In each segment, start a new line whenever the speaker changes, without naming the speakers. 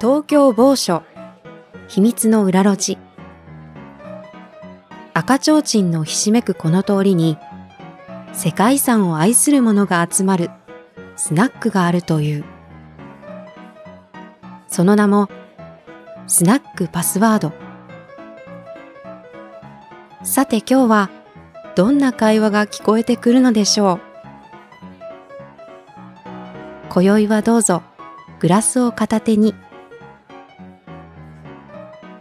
東京某所秘密の裏路地赤ちょうちんのひしめくこの通りに世界遺産を愛する者が集まるスナックがあるというその名もスナックパスワードさて今日はどんな会話が聞こえてくるのでしょう今宵はどうぞグラスを片手に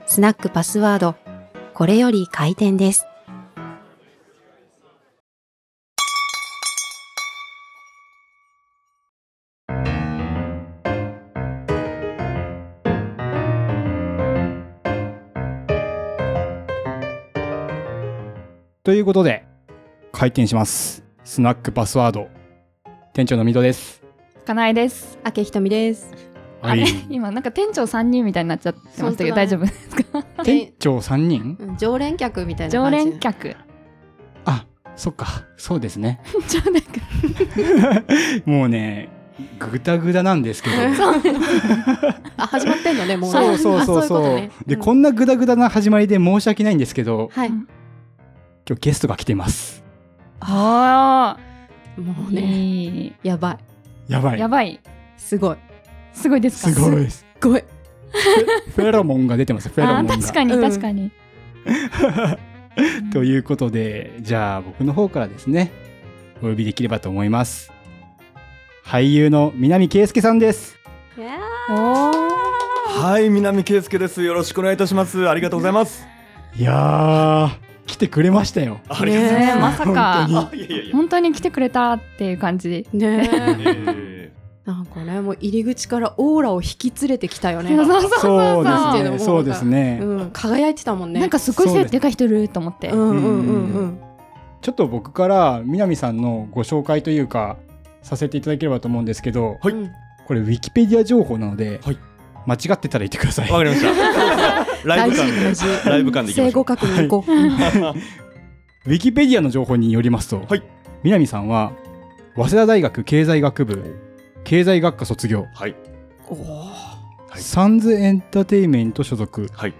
スナックパスワードこれより開店です
ということで開店しますスナックパスワード店長の水戸です
かなえです。
明けひとみです
あれ 今なんか店長三人みたいになっちゃってましたけど、
本当だね
大丈夫ですか？
店長3人
常連客みたい
常連 客。
あそっかそうですね
常連客。
もうねぐだぐだなんですけど
あ始まってん のねも
そうそうそうそうでこんなぐだぐだな始まりで申し訳ないんですけど
はい
今日ゲストが来てます
あ
も
あ。
うね
ね。
やばい
やばい
やばい。
すごい
すごいですか？
すごい。 です
すごい
フェロモンが出てますフェロモ
あ
ン
ー
が
確かに
うん
確かに。
ということで、じゃあ僕の方からですね、お呼びできればと思います。俳優の南圭介さんです。
うん。おお。
はい、南圭介です。よろしくお願いいたします。ありがとうございます。
いやー、来てくれましたよ。
あ
りがとうござい
ねえま
ます
さか。
あいやいやいや。
本当に来てくれたっていう感じ。
ねえ
え
なんかねもう入り口からオーラを引き連れてきたよね
そうそうそう
そうで
なんていう
す
の
ね。そうですね。
うん、輝いてたもんね
なんかすごい背でかい人いると思って。
うんうんうんうん
ちょっと僕から南さんのご紹介というか、させていただければと思うんですけど、
はい
うん
これウィキペディア情報なので、
はい
間違ってたら言ってください
え。わ。かりました。ライブ感で
大事大事
ライブ感でいきま
正
しょ
誤
う。
確認行こう、
ウィキペディアの情報によりますと、
はい
南さんは、早稲田大学経済学部、経済学科卒業、
はい
おー
はい
サンズエンターテイメント所属
はい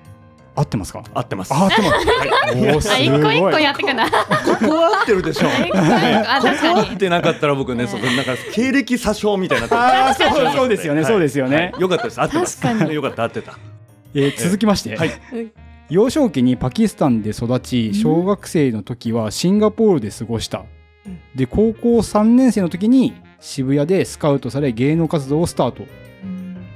合ってますか
合ってます。
合ってます
はい
おーす
あ一個一個やって くな。
ここは合ってるでしょう。
一個一個あ確か
合っ
に。
てなかったら僕ね、そのなんか経歴詐称みたいになって
あー そうそうですよね
はい
そうですよね
はいよかったです。合ってます。
確かに
よかった合ってた。
えー続きまして、
はい
うん
幼少期にパキスタンで育ち小学生の時はシンガポールで過ごした、
うん
で高校3年生の時に渋谷でスカウトされ芸能活動をスタート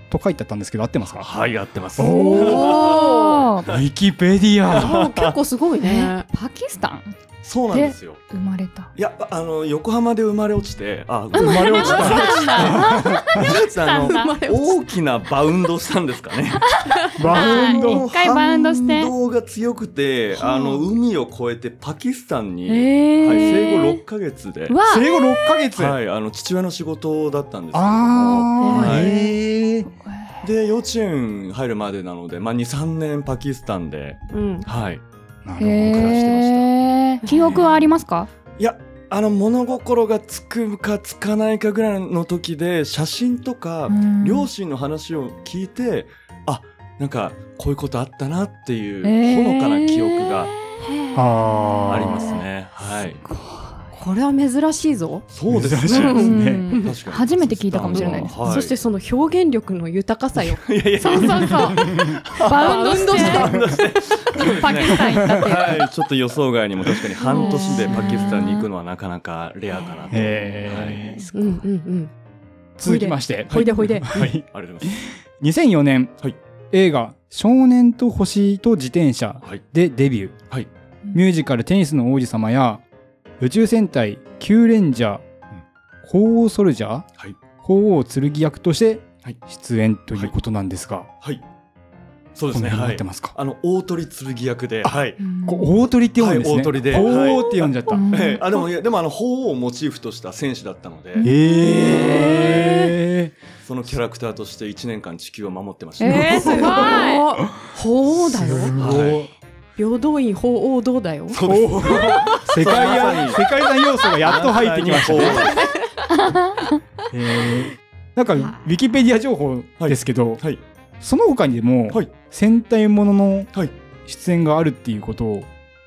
と書いてあったんですけど合ってますか、
はい、合ってます。
おー
おお。
ウィキペディア
あー結構すごいね
え。パキスタン
そうなんですよ。
生まれた。
いや、あの横浜で生まれ落ちて、あ、生
まれ落ちた
あの
生ま
れ落ちた
大きなバウンドしたんですかね。
バウン
は
ド
い一回バウンドして
反動が強くて、あの海を越えてパキスタンに、
え
はい、生後六ヶ月で、
わ
生後6ヶ月、
はい、あの父親の仕事だったんですけども。
あー、
はい
へー
で幼稚園入るまでなので、まあ二三年パキスタンで、
うん。
はい。
なるほど
ー暮らしてました
へー記憶はありますか？
いや。あの物心がつくかつかないかぐらいの時で写真とか
うん
両親の話を聞いてあなんかこういうことあったなっていう
えー
ほのかな記憶が
あー
ありますね。はい。
これは珍しいぞ。
そうです
珍しいで
ね。
すね
うん
確かに
初めて聞いたかもしれないです。
はい
そしてその表現力の豊かさよ。
いやいや
そうそうそう。バウンドして
バ
パキスタン行ったっていう。
はい、ちょっと予想外にも確かに半年でパキスタンに行くのはなかなかレアかなと。
えー
うんうんうん。
続きまして、
ほいでほいで。
はい、
ありがとうございます。
2004年、
はい
映画「少年と星と自転車
はい」
でデビュー、
はい
ミュージカル「テニスの王子様」や「宇宙戦隊キューレンジャー」鳳凰ソルジャー」
はい
鳳凰剣役として
はい
出演ということなんですが、
はい。そう
こ
です
の
ね。
辺に
は
なっ
い
て。ますか、
あの大鳥剣役で、はい。
こう大鳥って呼ぶんですね、
はい大鳥で
鳳凰って呼んじゃった、
うん
ええあでもいやでもあの鳳凰をモチーフとした戦士だったの
え
で、
え
そのキャラクターとして一年間地球を守ってました。
えーすごい。
法王だよ。
すごい
平等院法王道だよ。
そうです。
世界
そうまさ
や
に
世界遺産要素がやっと入ってきましたねえーなんかウィキペディア情報ですけど、
はい。
その他にも、
はい
戦隊ものの
はい
出演があるっていうことを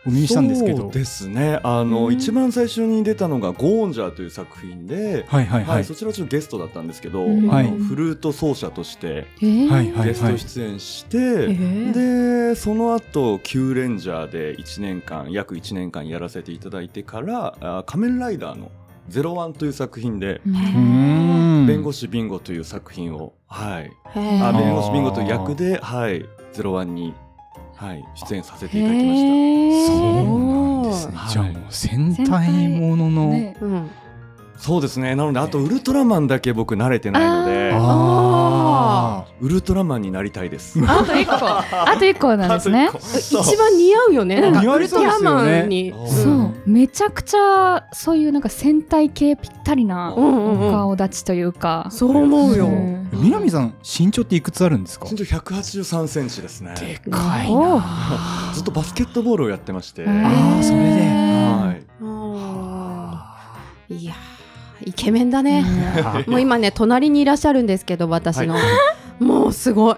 お見にしたんですけ
そ
ど
うですねあの、
うん
一番最初に出たのが「ゴーンジャー」という作品で、
はいはい
はい
はい
そちらはちょっとゲストだったんですけど、
うん
はい
あのフルート奏者として
え
はいはい
ゲスト出演して、でその後キューレンジャー」で1年間約1年間やらせていただいてから「あ仮面ライダー」の「ゼロワンという作品で。
うーん
弁護士ビンゴという作品を、はい、
へ
あ
ー
弁護士ビンゴという役で、はい、ゼロワンに、はい、出演させていただきました。
そうなんですね
はい
じゃあもう戦隊ものの、
ね
うん。
そうですね。なので、あとウルトラマンだけ僕慣れてないので、
ああ
ウルトラマンになりたいです。
あと一個、あと一個なんですね
あ。と一個
一番似合うよね。
うん
なんか
似合
ウ
い
ル
そう
ト
で
ラ
すよね
マンに。
あー
そ
そう、めちゃくちゃそういうなんか戦隊系ぴったりな
うんうんうん。
顔立ちというか。
そう思うよ
う。
ん
南さん身長っていくつあるんですか
身長183センチですね。
で
かい
な
な
ずっとバスケットボールをやってまして、
あーそれで
は。
はい
あーいやーイケメンだね。も
今
う今ね隣にいらっしゃるんですけど私の、もうすごい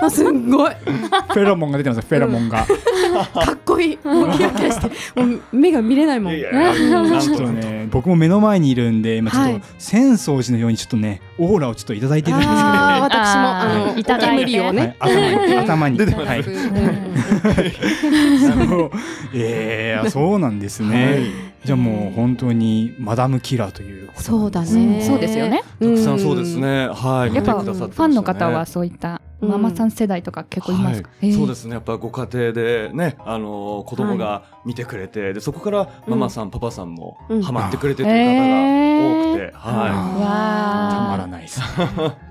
あすんごい
フェロモンが出てますよフェロモンが、
かっこいいもうキラキラしてもう目が見れないもん
いやいやなん
ちょっ
と
とね僕も目の前にいるんで今ちょっと、
はい
浅草寺のようにちょっとねオーラをちょっといただいてるんですけど、
あー
は
私もあの
あーいただいて
お煙を
い
ね、
頭に頭に
出てます
はい
うん
そうえー、そうなんですね、じゃあもう本当にマダムキラーということ
そうだ
うん
ね
そうですよね。
たくさんそうですね。はい。見
や
て
っ
く
ぱフ
ださってましたね
ァンの方はそういったママさん世代とか結構いますか。。
はいそうですすねやっぱご家庭でね、あのー子供が見てくれて、でそこからママさん、パパさんも
うん
ハマってくれてという方が多くて、は
あー
た
わ
まらないです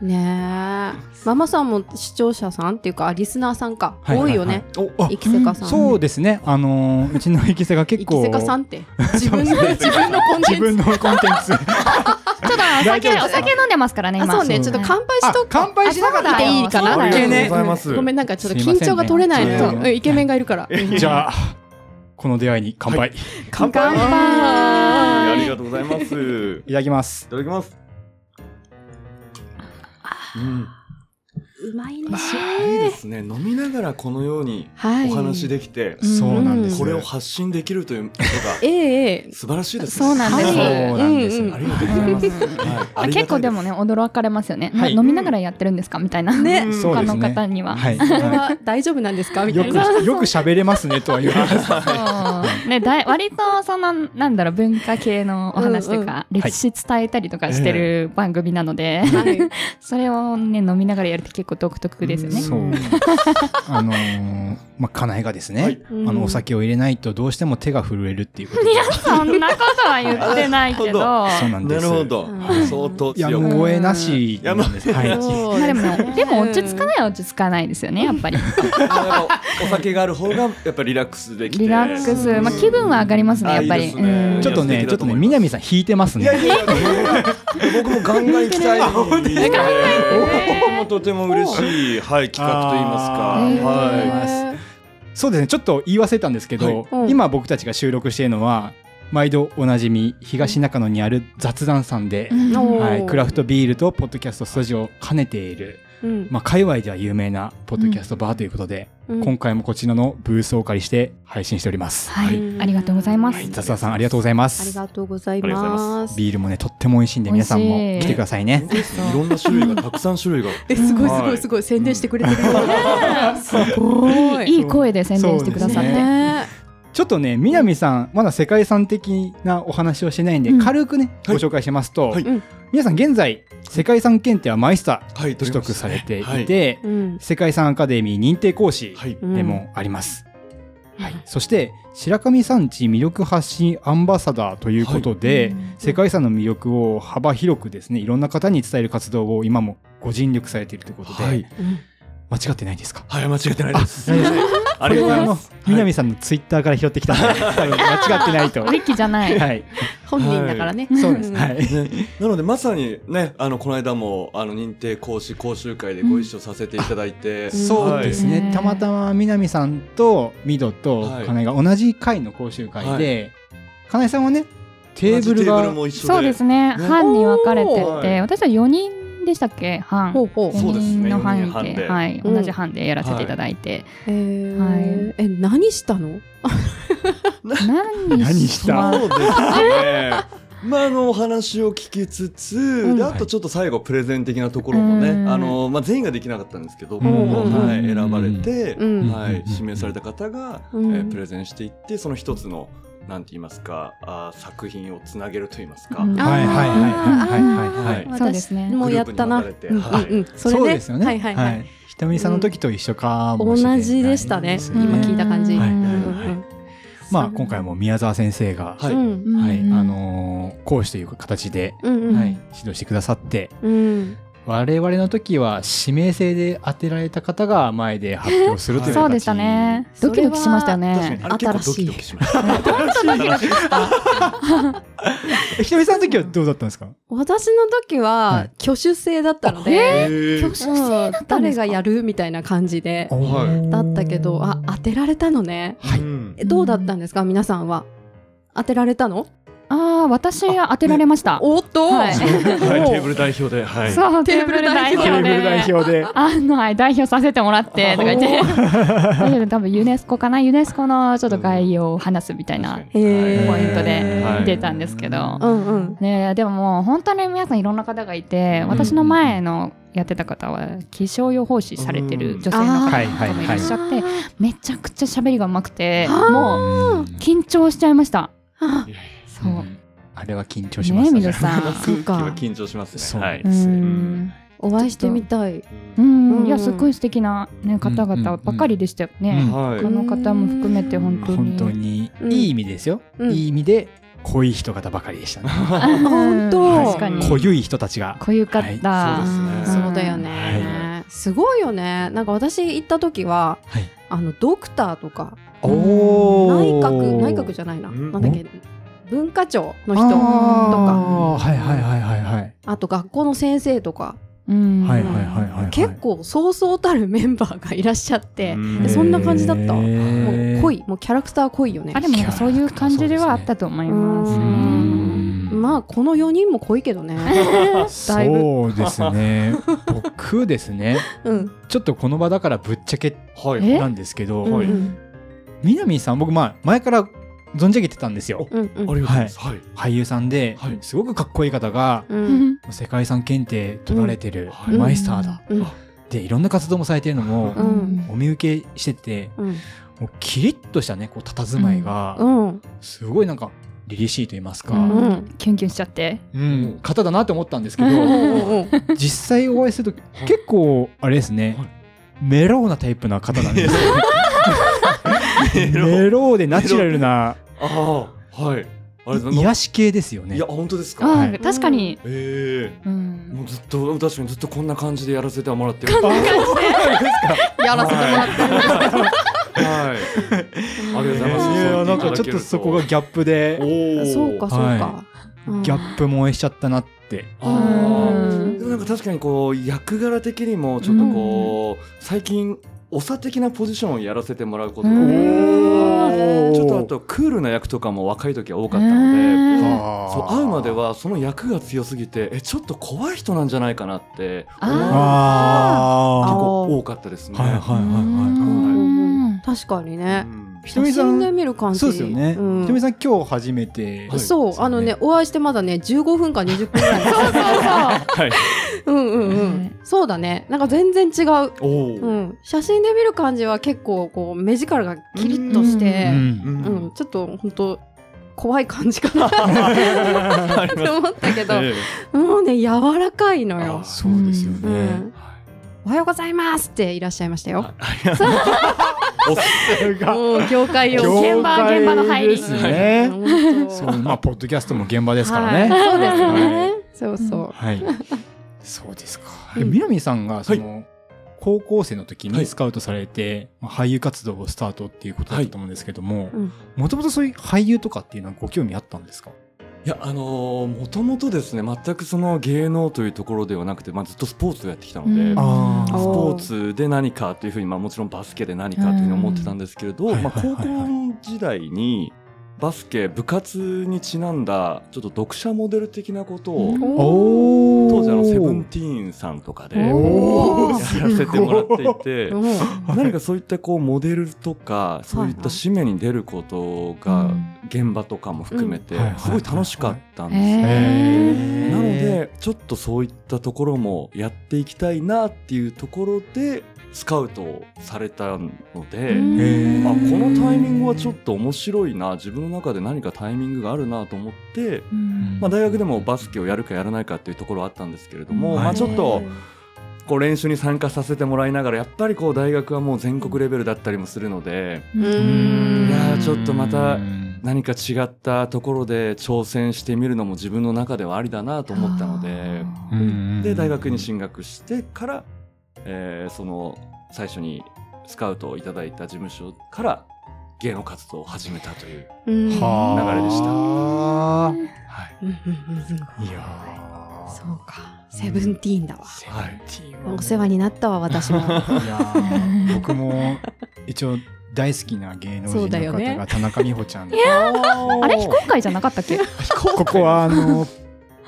ねえママさんも視聴者さんっていうかリスナーさんか、
はい
多いよ
は
ね
いはい
生きせかさん
そうですねあのーうちの生きせが結
生
構
きせかさんって自分の自分のコンテン
自分
ツ
のコンテンツ
ー。ちょっとお
大
酒
丈夫です
お酒飲んでますからね
あ
今。
そうね
そう
ちょっと乾杯しと
あ乾杯しなが
あそう
ら
だよ
いいかな
そうだ
い
よ
けね
ございます
ごめんなんかちょっと
すいま
緊
せんね
張が取れない
いえいえ
とうんイケメンがいるから
じゃあこの出会いに乾杯、い、
乾
乾杯あり
杯
がとうございます。い
ただきます
ただきます。うん、
うまいね
いいですね。飲みながらこのように
はい
お話できて、
うん
そうなんです
これを発信できるということ
ええええ
が素晴らしいですね。
そうなんです
そう
はい
なんですよ、
うんうん
ありがとうございます。
まあ
はい
結構でもね、驚かれますよね。
はい
飲みながらやってるんですかみたいな。ね
うん
そう
他
です
の
ね
方には。
はい、
これ
は
は大丈夫なんですかみ
い、
た
よ
いな。
くよく喋れますねとは言われます
そうね、だい割とそのなんだろう文化系のお話とか
ん
歴史伝えたりとかしてる番組なので、
はい
それをね飲みながらやるって結構独特ですよね。
そうあのーまあ家内がですね、
はい
あのお酒を入れないとどうしても手が震えるっていうことで
いやそんなことは言ってないけど、
そうな
ま
んで
な
す
るほど
うん。
相当
や
強
む
く。
を得なしなんです、はい、
そう
あでも
すね
ねでも落ち着かないは落ち着かないですよねやっぱり。
やっぱお酒がある方がやっぱリラックスできて。
リラックス、まあ気分は上がりますね
あ
やっぱ
いい
り。
ですね
うん
ちょっと
い
ね
や素
ちょっ
敵だと
とね
思います
南さん引いてます
いや
ね
いやいや 僕もガンガン行きたい。とてもとても嬉しい、はい、企画と言いますか。
あー
はい。
え
そうですねちょっと言い忘れたんですけど、
はいうん
今僕たちが収録しているのは毎度おなじみ東中野にある雑談さんで、
ーおー
はい、クラフトビールとポッドキャストスタジオを兼ねている、
うん
まあ、界隈では有名なポッドキャストバーということで、
うん
今回もこちらのブースをお借りして配信しております、
はい
うん
ありがとうございます。
雑談さんありがとうございま
あり
す
がとうござい
ありがとうござい
ま。
ます
ビールもねとっても美味しいんで皆さんも
美味し
来
い
てくださいね
いろんな種類がたくさん種類が。
えすごいすごいすごい宣伝してくれてるよ。すごい。
いい声で宣伝してくださって。
そうですねちょっとね南さんまだ世界遺産的なお話をしてないんで、
うん
軽くねご
はい
紹介しますと、
はい
うん
皆さん現在世界遺産検定はマイスター
はい、
取得されていて、
はい。
うん
世界遺産アカデミー認定講師
はい
でもあります、はい、そして白神山地魅力発信アンバサダーということで、
うん
世界遺産の魅力を幅広くですねいろんな方に伝える活動を今もご尽力されているということで、
はい
うん
間違ってないですか
はい、間違ってないです。あ
あ
りがとうございます。
す南さんのツイッターから拾ってきたんで、多分間違ってないと
ウィキじゃない。
はい、
本人だからね。。
そうです。はいい。
ね、なのでまさにね、あの、この間も、あの、認定講師講習会でご一緒させていただいて、
ん
そうです
は
ね。
い
たまたま南さんとミドと
はい
金井が同じ会の講習会で、金井さんはね、テーブル
同じテーブ
が
ルも一緒で。
そうですね。
ね
班に分かれて
おー
て、私は4人年でしたっけ半
ほうほう。
そうです
4
ね
人の範囲
四人班で
で、はい、
うん
同じ班でやらせていただいて、
えー
はい
え、何したの
何
何した
まあ
そうですね。まあ、あのお話を聞きつつ、
ん
であとちょっと最後プレゼン的なところもね、
うん
あのまあ、全員ができなかったんですけど、
うん
はい、選ばれて、
うん
は
う
い
ん、
指名された方が、
うん
えープレゼンしていってその一つのなんて言いますかあー作品をつなげると言いますか、
うん
あー
はいはいはいはいはいはい
はい
私
そうですね
もうやったな。
グループに分かれて
うんうんうんそれね。
ですよね。
はいはいはい。
ひとみさんの時と一緒かもしれない、
同じでしたね。
す
今聞いた感じ。
はい
うん
はい
うんうん
まあ今回も宮沢先生が、
はい
うん
うん
はい、あのー講師という形で、
うんうん
はい、指導してくださって、
うん
我々の時は指名制で当てられた方が前で発表するという形
そうでしたね
それ
ドキド
は
キしましたよ
確か
ね
にあれ結構ドキドキしました。
えひとみさんの時はどうだったんですか
私の時
は
はい挙手制だったので、
へー
挙手制だったんですか誰がやるみたいな感じで
はい
だったけど、あ、当てられたのね。
はい
うん
えどうだったんですか皆さんは。当てられたの
ああ私当てられました、
おっと
はい
はい、テーブル代表で、はい。
そう
テ
テ
ー
ー
ブ
ブ
ル
ル代
代表
表
テ
で
ーブル代表で
あの、はい、代表させてもらってとか言って大丈夫多分ユネスコかなユネスコのちょっと概要を話すみたいな
確かに
へー
はい
ポイント
はい
で出たんですけど、
うんうん。
ねえでももう本当に皆さんいろんな方がいて
うん
私の前のやってた方は気象予報士されてる女性の
うんあー
方
はいはい
とかもいらっしゃって、
あー
めちゃくちゃ喋りがうまくて
あー
も
う
う
ん
緊張しちゃいました
あ
そう、
あれは緊張しました
ねえ皆さん
そっ
空気は
か。
緊張しますね。
そう
はい
うん
うん
お会いしてみたい。
う
うん
んいやすごい素敵なね方々ばかりでしたよ
うん
ね、
は
この方も含めて本当に
本当に
うん
いい意味ですよ、
うん
いい意味で濃い人方ばかりで したね
うん
本当
確かに
濃ゆい人たちが
濃ゆかった、
はいそう
あー
ですね
そうだよね。すごいよね。なんか私行った時は、
はい
あのドクターとか内
お
閣内閣
ゃ
じゃないな、
うん
なんだっけ文化庁の人
あ
とか
あーはいはいはいはいはい
あと学校の先生とか、
うん
はいはいはいはいはい
結構そうそうたるメンバーがいらっしゃって、
うん
でそんな感じだった。
へー
もう濃いもうキャラクター濃いよね
あ。でもなんかそういう感じではあったと思います
う
う
ね
ん
まあこの4人も濃いけどね。 だいぶ
そうです ね僕ですね
うん。
ちょっとこの場だからぶっちゃけ
はい。
え
なんですけど
うんう
はい
ん
南さん僕まあ前から存じ上げてたんですよ
うんう
あ
ん
りがとうございます。はい。
俳優さんで、
はい
すごくかっこいい方が
うん
世界遺産検定取られてる
うん
マイスターだ、
うん
でいろんな活動もされてるのも
うん
お見受けしてて
うん
もうキリッとしたねこう佇まいが、
うん
すごいなんか凛々しいと言いますか、
うん
うん
キュンキュンしちゃって
うん方だなと思ったん ですけ
う
ど
んうん
実際お会いすると結構あれですね
はい
メローなタイプな方なんですよ
メロ
メローでナチュラルな
ああ、はい。あれだ
癒し系ですよね
いや、本当ですか。
あ
はい
ー確かに、
ええ。
う
も
ん
うずっと、確かにずっとこんな感じでやらせてもらってる。こん
あそうなんですか
やらせてもらってる。
てる。はい。ありがとうございます。
いやなんかちょっとそこがギャップで
おお。
そうかそう
は
か。うん
ギャップ萌えしちゃったなって
ああ。
う
う
んん
でもなんか確かにこう役柄的にもちょっとこう、最近長的なポジションをやらせてもらうことが
うん
おー
ちょっとあとクールな役とかも若い時は多かったので。
うん
そう会うまではその役が強すぎてえちょっと怖い人なんじゃないかなって思う結
あ
あ
構多かったですね。
あはいはいはいは
うん
確かに
う
ね。
ん
ひと
写
みさん
真で見る感
い
じ。
そうですよねひ
うん
とみさん今日初めて
はい
で
そう
す、よ
あのね、お会いしてまだね、15分か20分くら い。そう
はい、
うんうんうん。そうだね。なんか全然違う。
おお、
うん。写真で見る感じは結構、こう、目力がキリッとし
う
て、
うん
うんん、ちょっと本当怖い感じかなって思ったけど、
え
もうね、柔らかいのよ
あ。
そうですよ
う
ね
ん。おはようございますっていらっしゃいましたよ。
えおっ
もう業界用
業現場現場の入り
ですね
本当
そうまあポッドキャストも現場ですからね
はいそうですね。そうそう。
はい。そうですか。
うん
南さんがその、高校生の時にスカウトされて、まあ俳優活動をスタートっていうことだったと思うんですけども
うん、
もともとそういう俳優とかっていうのはご興味あったんですか
いや、あのもともとですね、全くその芸能というところではなくて、まあ、ずっとスポーツをやってきたので、
うん
ス
あー
ポーツで何かというふうに、まあ、もちろんバスケで何かというふうに思ってたんですけれど、
うん
まあ、
はい
高
はいはい
校
はい
時代に、バスケ部活にちなんだちょっと読者モデル的なことを
うん
お
当時あのセブンティーンさんとかでや
お
ー
らせてもら っていて
おー
何かそういったこうモデルとかそういった使命に出ること
う
が
ん
現場とかも含めて
うん
すごい楽しかったんですよ
へー
なのでちょっとそういったところもやっていきたいなっていうところでスカウトをされたので、
うん
えー
あこのタイミングはちょっと面白いな自分の中で何かタイミングがあるなと思って、
うん
まあ、大学でもバスケをやるかやらないかっていうところはあったんですけれども、
はい
まあ、ちょっとこう練習に参加させてもらいながらやっぱりこう大学はもう全国レベルだったりもするので
う
う
ー
ん
ん
いやーちょっとまた
うん
何か違ったところで挑戦してみるのも自分の中ではありだなと思ったので。
うんうん
で大学に進学してから、えーその最初にスカウトをいただいた事務所から芸能活動を始めたという、
うん
はあ
流れでした
はい
うんうんうんうん
いやー
そうかセブンティーンだわ
セブンティーンはもう
お世話になったわ私も
いやー僕 も一応大好きな芸能
そ
人
うだ
の
よね
方が田中美穂ちゃんで、
あれ非公開じゃなかったっけ
ここはあの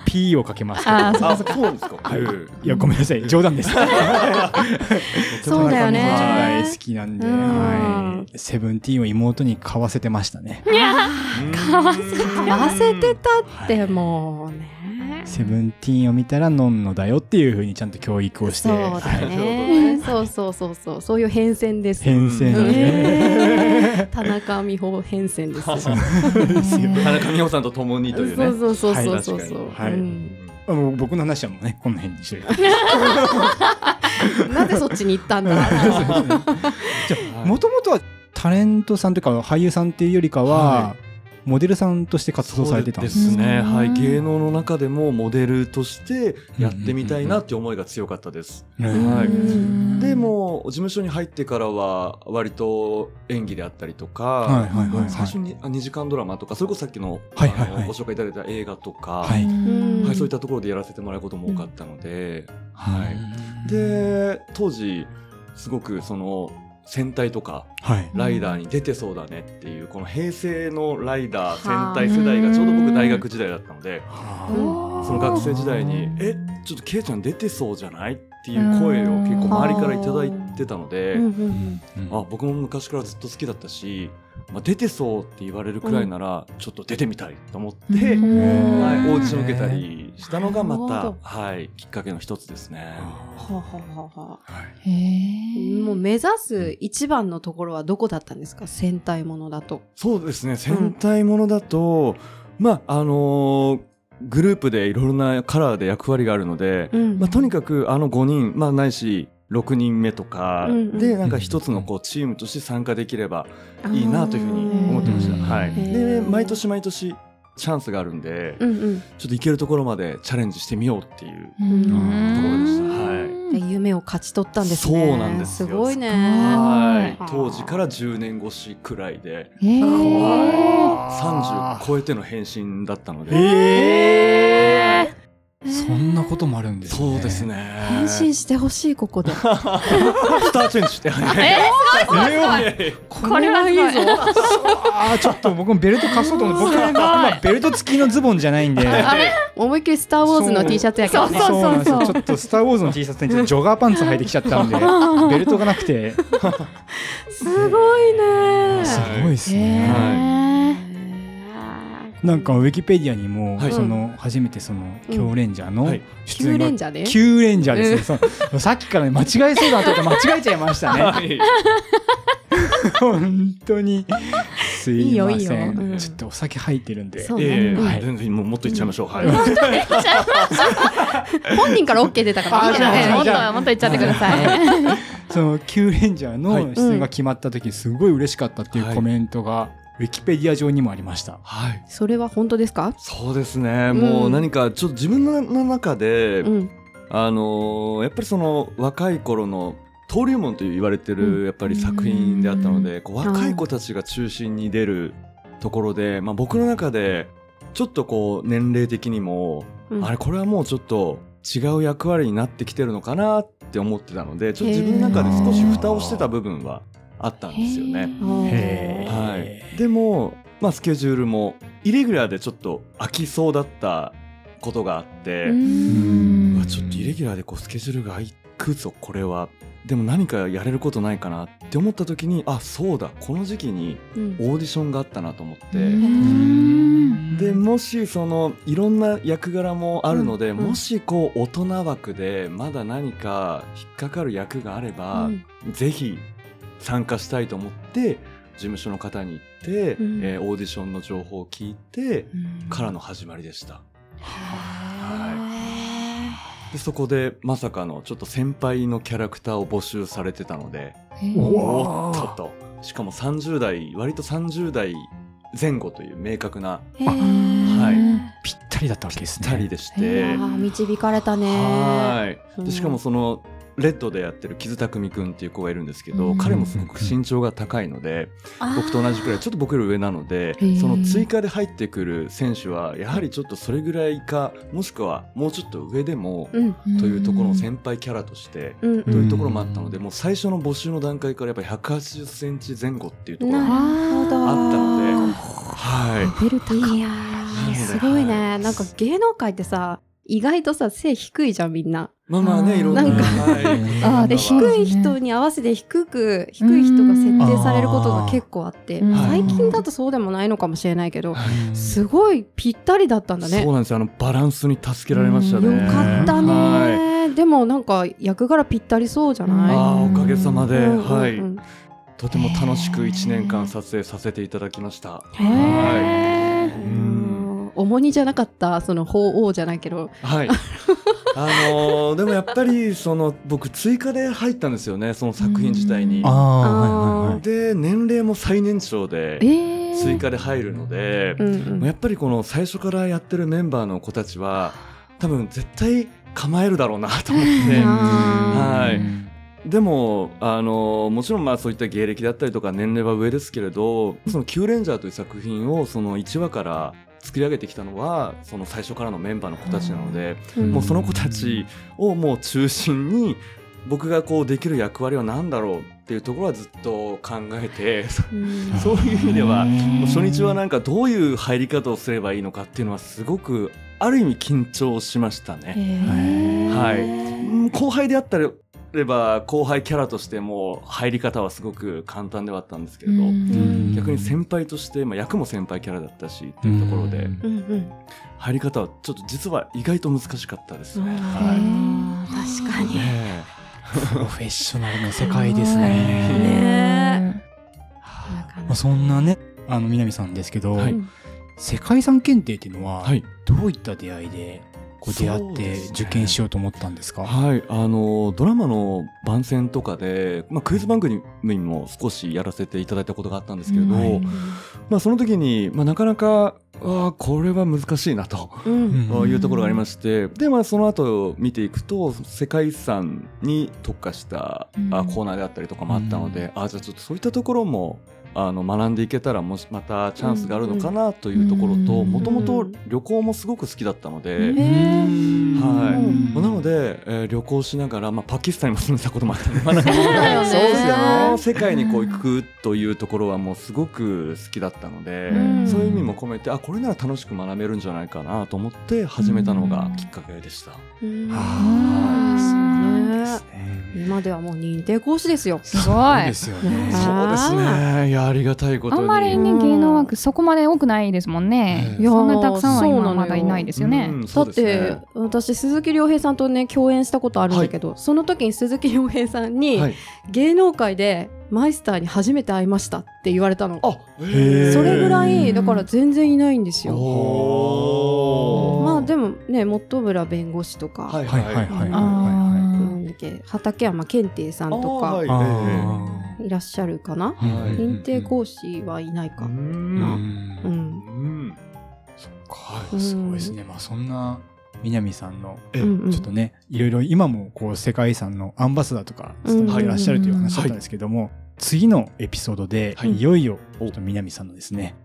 P をかけますけど
あー
あそうなんですか、
はい
うん
いやごめんなさい冗談です
そうだよ
田中美
ね
穂ちゃん大好きなんで、
うん
はい、セブンティーンを妹に買わせてましたね
買わせて
合わせてたってもうね
セブンティーンを見たらノンノだよっていうふうにちゃんと教育をして
そうだねそうそうそうそうそういう変遷です
変遷をね、
ね田中美穂変遷ですよそ
田中美穂さんと共にというね
うそうそうそうそう
はい確か
そう
に
はい
うん
あの僕の話はもうねこの辺に してる
なぜそっちに行ったんだ
もともとはタレントさんというか俳優さんっていうよりかは、
は
モデルさんとして活動されてたん
で
です
すね、
うん
はい、芸能の中でもモデルとしてやってみたいなって思いが強かったです、
ね
はい
うん
でもう事務所に入ってからは割と演技であったりとか、
はいはいはいはい
最初に2時間ドラマとかそれこそさっきの,、
はいはいはい
あのご紹介いただいた映画とか、
はい
うん
はい、そういったところでやらせてもらうことも多かったので、はい
い、
で当時すごくその戦隊とか
はい、
ライダーに出てそうだねっていうこの平成のライダー戦隊世代がちょうど僕大学時代だったので
うん
その学生時代に「えちょっとケイちゃん出てそうじゃない?」っていう声を結構周りからいただいてたので
うんうんうん
あ僕も昔からずっと好きだったし、まあ、出てそうって言われるくらいならちょっと出てみたいと思って、
うん
はい、
うん
オーディション受けたりしたのがま
なる
た
ほ、
はい、きっかけの一つですね。
はあはあはあはあ
へえ
もう目指す一番のところはどこだったんですか戦隊ものだと。
そうですね戦隊ものだと、まああのーグループでいろいろなカラーで役割があるので、
うん
まあ、とにかくあの5人、まあ、ないし6人目とか
うんうん
でなんか一つのこうチームとして参加できればいいなというふうに思ってました。
うん
はい、
へ
で
ー
毎年毎年チャンスがあるんで、
うんうん。
ちょっと行けるところまでチャレンジしてみようっていう。
うん
と
ころでしたは
で夢を勝ち取ったんですね。
そうなんですよ
すごいね。
はい
あー
当時から10年越しくらいで
へえ
30超えての返信だったので、
ええそんなこともあるんですね
そうですね
変身してほしいここで。
スターチェンジして
え
これはい
これはいいぞ。
あーちょっと僕もベルト貸そうと思って僕は
すごい
まあベルト付きのズボンじゃないんで
あれ
思いっきりスターウォーズの T シャツやからね。
そう
なんですよ
そうそう
ちょっと「スター・ウォーズ」の T シャツにちょっとジョガーパンツ履いてきちゃったん でベルトがなくて
すごいね。
すごいです
へ
ね
ー
なんかウィキペディアにも、
はい
その初めてその「狂レンジャー」の
はい
出
旧
演が
レンジャーね。
旧レンジャーですね、そうさっきからね間違えそうだなとか間違えちゃいました ね本当にすいません
いいよいいようん
ちょっとお酒入ってるんで
そう
え
ね
え。
うん
はい
全然もうもっといっちゃいましょう、はい
本人から OK 出たからいいんじゃ
あじゃあ
も
な
っ
い。
じゃ
ともっと言っちゃってください。
その旧レンジャー
は
の
い
出演が決まった時すごい嬉しかったってい
は
う
い
コメントがウィキペディア上にもありました、
はい
それは本当ですか？
そうですね、もう何かちょっと自分の中で、
うん。
あのーやっぱりその若い頃の登竜門と言われて
うん
るやっぱり作品であったので、こう若い子たちが中心に出るところで、まあ、僕の中でちょっとこう年齢的にも、
うん
あれこれはもうちょっと違う役割になってきてるのかなって思ってたのでちょっと自分の中で少し蓋をしてた部分はあったんですよね。
へー
へー
はい、でもまあ、スケジュールもイレギュラーでちょっと飽きそうだったことがあって、
う
うんわちょっとイレギュラーでこうスケジュールが空くぞこれはでも何かやれることないかなって思った時にあそうだこの時期に
うん
オーディションがあったなと思って。
うん
でもしそのいろんな役柄もあるので、もしこう大人枠でまだ何か引っかかる役があれば、ぜひ参加したいと思って事務所の方に行って、
うん
えーオーディションの情報を聞いて
うん
からの始まりでした
は
でそこでまさかのちょっと先輩のキャラクターを募集されてたので
おわ
おっとっとしかも30代割と30代前後という明確な
へーへ
はい
ぴったりだったわけですね。
2人でして。
ーあー導かれたね
はーい
うん
でしかもそのレッドでやってる木津匠くんっていう子がいるんですけど、
うん
彼もすごく身長が高いので、
あー
僕と同じくらいちょっと僕より上なので
へー
その追加で入ってくる選手はやはりちょっとそれぐらいかもしくはもうちょっと上でも、
うん
というところの先輩キャラとして。
うん
と
う
い
ん
うところもあったので、もう最初の募集の段階からやっぱり180センチ前後っていうところ
な
が
るほど
あったので、はい。
ベル高
いやー
で
すごい
は
ね
い
なんか芸能界ってさ意外とさ背低いじゃんみんな
まあまあね、いろんな。
なんか
はい
あーで
まま
低い
低い人に合わせて低く低い人が設定されることが結構あって
うん
あー
最近だとそうでもないのかもしれないけど
うん
すごいぴったりだったんだね
そうなんですよあのバランスに助けられましたね
よかった
はい
ねでもなんか役柄ぴったりそうじゃな
ああおかげさま
い
で、
うんうんうん
はいとても楽しく1年間撮影させていただきました
へー
うん重荷じゃなかったその法王じゃないけど
はいあ のーでもやっぱりその僕追加で入ったんですよねその作品自体に
ああ、はいはいはい。
で年齢も最年長で
え
追加で入るので
う、ん
もうやっぱりこの最初からやってるメンバーの子たちは多分絶対構えるだろうなと思っ
う
て
んあ
はいでもあのもちろんまあそういった芸歴だったりとか年齢は上ですけれどその「キューレンジャー」という作品をその1話から作り上げてきたのはその最初からのメンバーの子たちなので、
ーうん
もうその子たちをもう中心に僕がこうできる役割は何だろうっていうところはずっと考えてそ
うん
そういう意味では
も
もう初日は
な
なんかどういう入り方をすればいいのかっていうのはすごくある意味緊張しましたね。はいうん後輩であったられば後輩キャラとしても入り方はすごく簡単ではあったんですけれど、
うん
逆に先輩として、まあ、役も先輩キャラだったしっていうところで
うんうん
入り方はちょっと実は意外と難しかったですね。
うん
は
あー確か
い、
に
ね
プロフェッショナルの世界ですね。
ね
まあそんなね、あの南さんですけど、
はい
世界遺産検定っていうの
え
は、
はい
どういった出会いでこう出会
そう
って
ですね
受験しようと思ったんですか。
はい、あのドラマの番宣とかで、まあ、クイズ番組も少しやらせていただいたことがあったんですけれど、
うん
はい
まあ、その時に、まあ、なかなかああこれは難しいなと
うんうん
というところがありまして、で、まあ、その後見ていくと、世界遺産に特化した、
うん
あコーナーであったりとかもあったので、あじゃあちょっとそういったところも、あの、学んでいけたら、もし、またチャンスがあるのかなというところ
う
と、
ん
もともと旅行もすごく好きだったので、
うんえー
はい
うん
まあなので、えー旅行しながら、まあ、パキスタンにも住んでたこともあったので、まあなんか
そうだよね
そうですよね。 世界にこう行くというところはもうすごく好きだったので、
うん
そういう意味も込めてあこれなら楽しく学べるんじゃないかなと思って始めたのがきっかけでした。
うん
は
あー
そうね
ですね。
今ではもう認定講師ですよ。
す
そ
ご
う
い
ですよね。
あー
ね。いやありがたいこ
あんまり
ね
ね芸能枠そこまで多くないですもんね
うん
そんなたくさんは
そうなの
今
よ
まだいないですよね
うん
だ
そう
っ
です
て
ね
私鈴木亮平さんとね共演したことあるんだけど、その時に鈴木亮平さんに、
はい。
芸能界でマイスターに初めて会いましたって言われたの。
あ
へー
それぐらいだから全然いないんですよ。
おー
まあでもね本村弁護士とか、
はい
はいはいはいはいはいは
あ
なんだっけ畠山健定さんとか、
あー
い。
はい
あ
い、らっしゃるかな。
ー
はい
認定講師はいないか。
うん
なう
うん
ん。
うん
はいすごいですね。まあそんな南さんの
え
うんうん
ちょっとね、いろいろ今もこう世界遺産のアンバサダーとか務めていらっしゃるという話だったんですけども、次のエピソードで、
はい
いよいよ、ちょっと南さんのですね、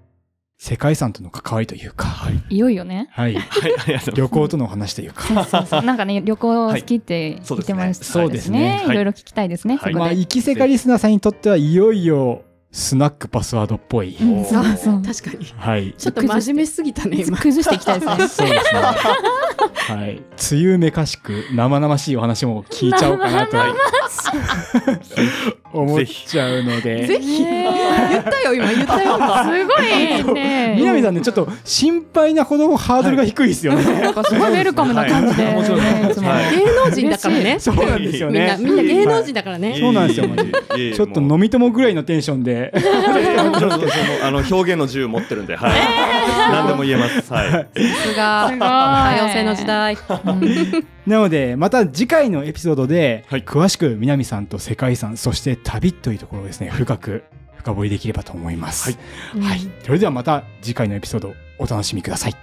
世界遺産との関わりというか、はい。
いよいよね
はいありがとうござい
旅行とのお話というか、
そうそうなんかね旅行好きって言ってました
はいそうですねそうですね
いろいろ聞きたいですねそ
は
こ
い
で
まあ、生き世界リスナーさんにとってはいよいよスナックパスワードっぽい。
うんそうそう
確 かに。
はい。
ちょっと真面目すぎたね、今。
崩していきたい ですね
そうですね。はい。梅雨めかしく生々しいお話も聞いちゃおうかなと思っちゃうの で。
ぜひ。言ったよ、今。言っ たよ、今。
すごいね。
南さんね、ちょっと心配なほどハードルが低いですよね。
なんかす ごいウェルカムな感じで、
はいもちろん
ねいつも
はい
芸能人だからね。
そうなんですよ
みんな、
ね。
みんな芸能人だからね。
そうなんですよ
いえいえいえいえ
ちょっと 飲み友ぐらいのテンションで、
もういえいえちょっとそのあの表現の自由持ってるんで、はい。何でも言えます。はい。
さすが。多様性の時代。
なので、また次回のエピソードで、
はい
詳しく南さんと世界遺産、そして旅というところをですね、深く深掘りできればと思います。
は
はい。それではまた次回のエピソード、お楽しみください。